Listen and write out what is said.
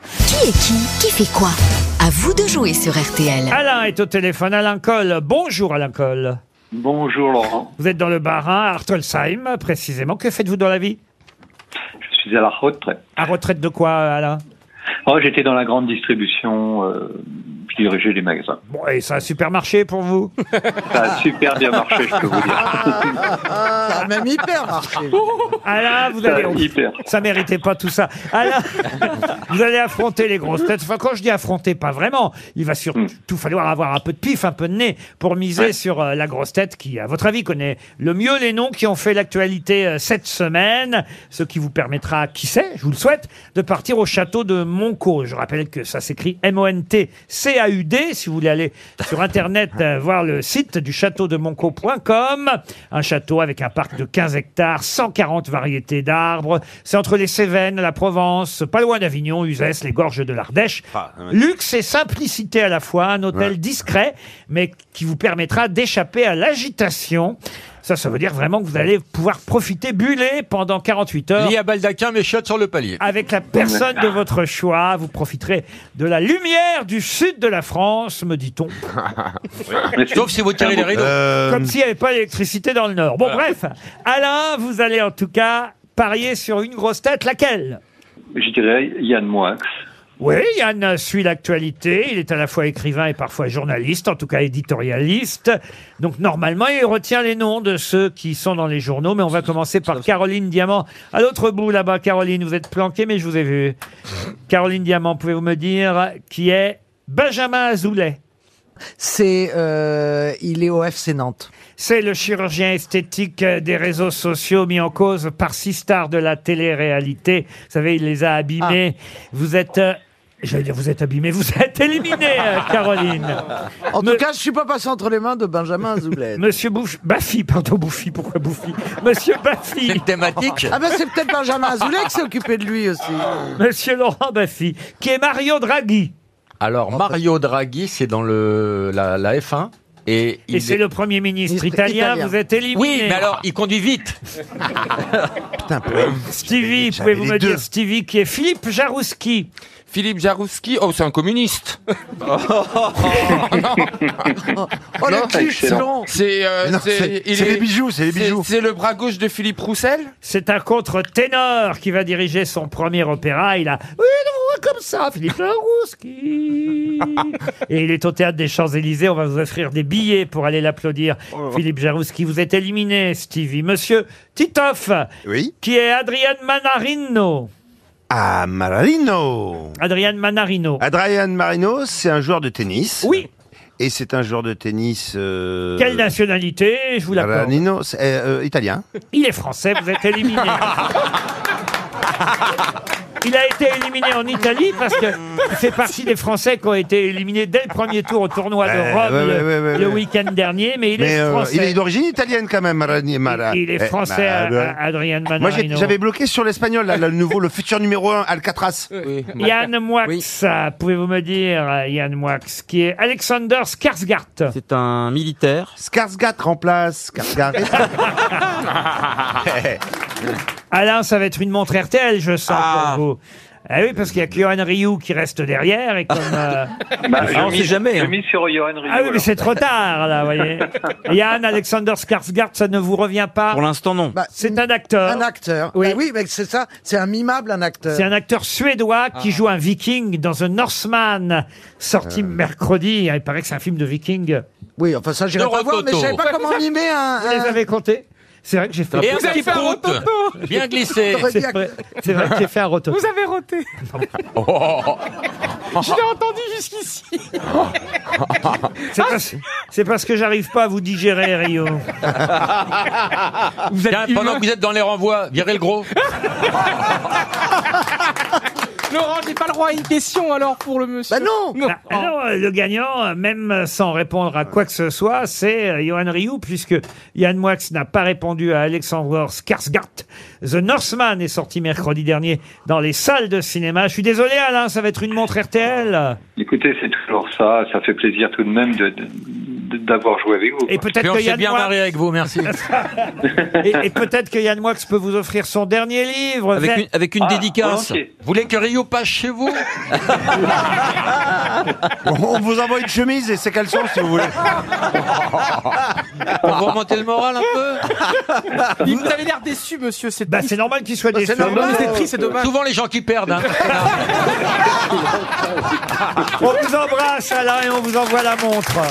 Qui est qui Qui fait quoi À vous de jouer sur RTL. Alain est au téléphone. Alain Coll. Bonjour Alain Coll. Bonjour Laurent, Vous êtes dans le Bas-Rhin, à Artelsheim précisément. Que faites-vous dans la vie je suis à la retraite. À retraite de quoi, Alain Oh, j'étais dans la grande distribution, euh, je dirigeais les magasins. Bon, et c'est un supermarché pour vous Ça a super bien marché, je peux vous dire. Ah, même hyper Alain, vous Ça, allez... a hyper. Ça méritait pas tout ça. Alain, vous allez affronter les grosses têtes. Enfin, quand je dis affronter, pas vraiment. Il va surtout falloir avoir un peu de pif, un peu de nez pour miser Hmm. Ouais. sur euh, la grosse tête qui, à votre avis, connaît le mieux les noms qui ont fait l'actualité euh, cette semaine. Ce qui vous permettra, qui sait, je vous le souhaite, de partir au château de Monco. Je rappelle que ça s'écrit M-O-N-T-C-A-U-D. Si vous voulez aller sur Internet euh, voir le site du château de Monco.com. Un château avec un parc de 15 hectares, 140 variétés d'arbres. C'est entre les Cévennes, la Provence, pas loin d'Avignon, Uzès, les gorges de l'Ardèche. Luxe et simplicité à la fois, un hôtel discret, mais qui vous permettra d'échapper à l'agitation. Ça, ça veut dire vraiment que vous allez pouvoir profiter, buller pendant 48 heures Lié à baldaquin, mes chiottes sur le palier. avec la personne de votre choix. Vous profiterez de la lumière du sud de la France, me dit-on. Mais Sauf si vous tirez les rideaux. Comme s'il n'y avait pas d'électricité dans le Nord. Bon, bref. Alain, vous allez en tout cas parier sur une grosse tête. Laquelle Je dirais Yann Moix. Oui, Yann suit l'actualité. Il est à la fois écrivain et parfois journaliste, en tout cas éditorialiste. Donc normalement, il retient les noms de ceux qui sont dans les journaux. Mais on va commencer par Caroline Diamant. À l'autre bout là-bas, Caroline, vous êtes planquée, mais je vous ai vu. Caroline Diamant, pouvez-vous me dire qui est Benjamin Azoulay C'est. euh, il est au FC Nantes. C'est le chirurgien esthétique euh, des réseaux sociaux mis en cause par six stars de la télé-réalité. Vous savez, il les a abîmés. Ah. Vous êtes, euh, j'allais dire, vous êtes abîmés, vous êtes éliminés, euh, Caroline. En Me- tout cas, je suis pas passé entre les mains de Benjamin Azoulay. Monsieur Bouff, Baffy, pardon, Bouffi, pourquoi Bouffi Monsieur C'est Baffy, une thématique. Ah ben c'est peut-être Benjamin Azoulay qui s'est occupé de lui aussi. Monsieur Laurent Baffy, qui est Mario Draghi. Alors, Mario Draghi, c'est dans le, la, la F1. Et, Et il c'est est- le Premier ministre Ministre italien, italien. vous êtes éliminé. Oui, mais alors, il conduit vite. Stevie, pouvez-vous me dire Stevie, qui est Philippe Jarouski Philippe Jarouski, oh c'est un communiste. Oh Non, le c'est cul excellent. long. C'est euh, c'est il est- bijoux, c'est c'est- c'est le bras gauche de Philippe Roussel. C'est un contre-ténor qui va diriger son premier opéra. Il a une voix comme ça, Philippe Jarouski. Et il est au théâtre des Champs-Élysées. On va vous offrir des billets pour aller l'applaudir. Philippe Jarouski, vous êtes éliminé, Stevie. Monsieur Titoff, Oui. qui est Adrian Manarino. Ah, Marino. Adrian Manarino. Adrian Marino, c'est un joueur de tennis. Oui, Et c'est un joueur de tennis. euh, quelle nationalité Je vous l'accorde. Marino, c'est, euh, euh, italien. Il est français, vous êtes éliminé. Il a été éliminé en Italie parce que il fait partie des Français qui ont été éliminés dès le premier tour au tournoi de Ouais, Rome ouais, le, ouais, ouais, ouais, le ouais. week-end dernier, mais il Mais est euh, français. il est d'origine italienne quand même, Marani- Mara- Il est eh, français, Mara- à- à- Adrien Moi, j'ai- Manarino. j'avais bloqué sur l'espagnol, là, le nouveau, le futur numéro 1, Alcatraz. Yann Moix, euh, pouvez-vous me dire, euh, Yann Moix, qui est Alexander Skarsgård C'est un militaire. Skarsgård remplace Skarsgård. Alain, ça va être une montre RTL, je sens Ah. pour vous. Ah oui, parce qu'il y a Kyohan Ryu qui reste derrière et comme... euh, Bah, on sait jamais, Je hein. mis sur Johan Rio. Ah oui, mais c'est trop tard, là, vous voyez. Yann Alexander Skarsgård, ça ne vous revient pas. Pour l'instant, non. Bah, C'est un acteur. Un acteur. Oui. Oui, oui mais c'est ça. C'est un mimable, un acteur. C'est un acteur suédois qui joue un viking dans The Northman, sorti mercredi. Ah, Il paraît que c'est un film de viking. Oui, enfin ça j'irai De pas voir, mais je Rototo. savais pas comment mimer un. Vous les avez comptés C'est vrai que j'ai fait... Et un petit prout. Bien glissé. un- C'est vrai, c'est vrai que j'ai fait un roto. Vous avez roté. Je l'ai entendu jusqu'ici. C'est parce, c'est parce que j'arrive pas à vous digérer, Rio. Vous êtes Tiens, pendant que vous êtes dans les renvois, virez le gros. Laurent, j'ai pas le droit à une question alors pour le monsieur. Bah non. Ah, Alors, euh, le gagnant, euh, même euh, sans répondre à quoi que ce soit, c'est euh, Johan Rioux, puisque Yann Moix n'a pas répondu à Alexander Skarsgård. The Northman est sorti mercredi dernier dans les salles de cinéma. Je suis désolé, Alain, ça va être une montre RTL. Écoutez, c'est toujours ça. Ça fait plaisir tout de même de, de- d'avoir joué avec vous. Et quoi. Mais peut-être on que s'est Yann bien Moix, marré avec vous, merci. et, et peut-être que Yann Moix peut vous offrir son dernier livre. Avec Ver- une, avec une Ah, dédicace. volontiers. Vous voulez que Rio passe chez vous On vous envoie une chemise et ses caleçons si vous voulez. Pour vous remonter le moral un peu Il- Vous avez l'air déçu, monsieur. C'est Bah, triste. c'est normal qu'il soit Bah, déçu. c'est normal, mais c'est triste, c'est dommage. Souvent les gens qui perdent. hein. On vous embrasse, Alain, et on vous envoie la montre.